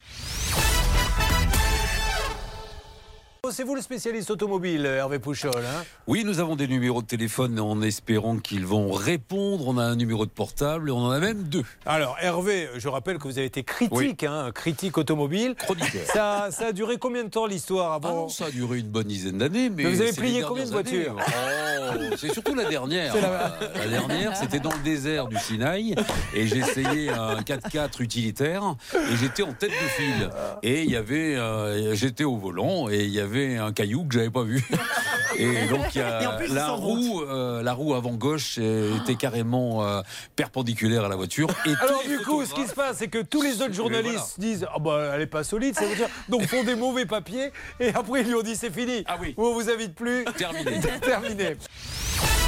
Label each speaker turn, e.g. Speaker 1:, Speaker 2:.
Speaker 1: autres, Oh, c'est vous le spécialiste automobile, Hervé Pouchol. hein.
Speaker 2: Oui, nous avons des numéros de téléphone en espérant qu'ils vont répondre. On a un numéro de portable, on en a même deux.
Speaker 1: Alors, Hervé, je rappelle que vous avez été critique, hein, critique automobile.
Speaker 2: Chroniqueur.
Speaker 1: Ça, ça a duré combien de temps l'histoire
Speaker 2: Ah
Speaker 1: avant
Speaker 2: non, ça a duré une bonne dizaine d'années. Mais,
Speaker 1: Mais vous avez
Speaker 2: c'est
Speaker 1: plié
Speaker 2: les
Speaker 1: combien de
Speaker 2: dernières
Speaker 1: voitures
Speaker 2: années. Oh, C'est surtout la dernière. Euh, La... dernière, c'était dans le désert du Sinaï et j'essayais un 4x4 utilitaire et j'étais en tête de file. Et il y avait, euh, j'étais au volant et il y avait un caillou que j'avais pas vu. Et donc il y a-
Speaker 3: Et en plus,
Speaker 2: la
Speaker 3: sans route.
Speaker 2: roue, euh, la roue avant gauche euh, était carrément euh, perpendiculaire à la voiture. Et tous
Speaker 1: Alors
Speaker 2: les
Speaker 1: du coup, ce qui se passe, c'est que tous les autres
Speaker 2: Mais
Speaker 1: journalistes disent « Ah bah, elle est pas solide, ça veut dire... » Donc font des mauvais papiers, et après ils lui ont dit « C'est fini,
Speaker 2: Ah oui.
Speaker 1: on vous invite plus,
Speaker 2: photographes- terminé.
Speaker 1: terminé.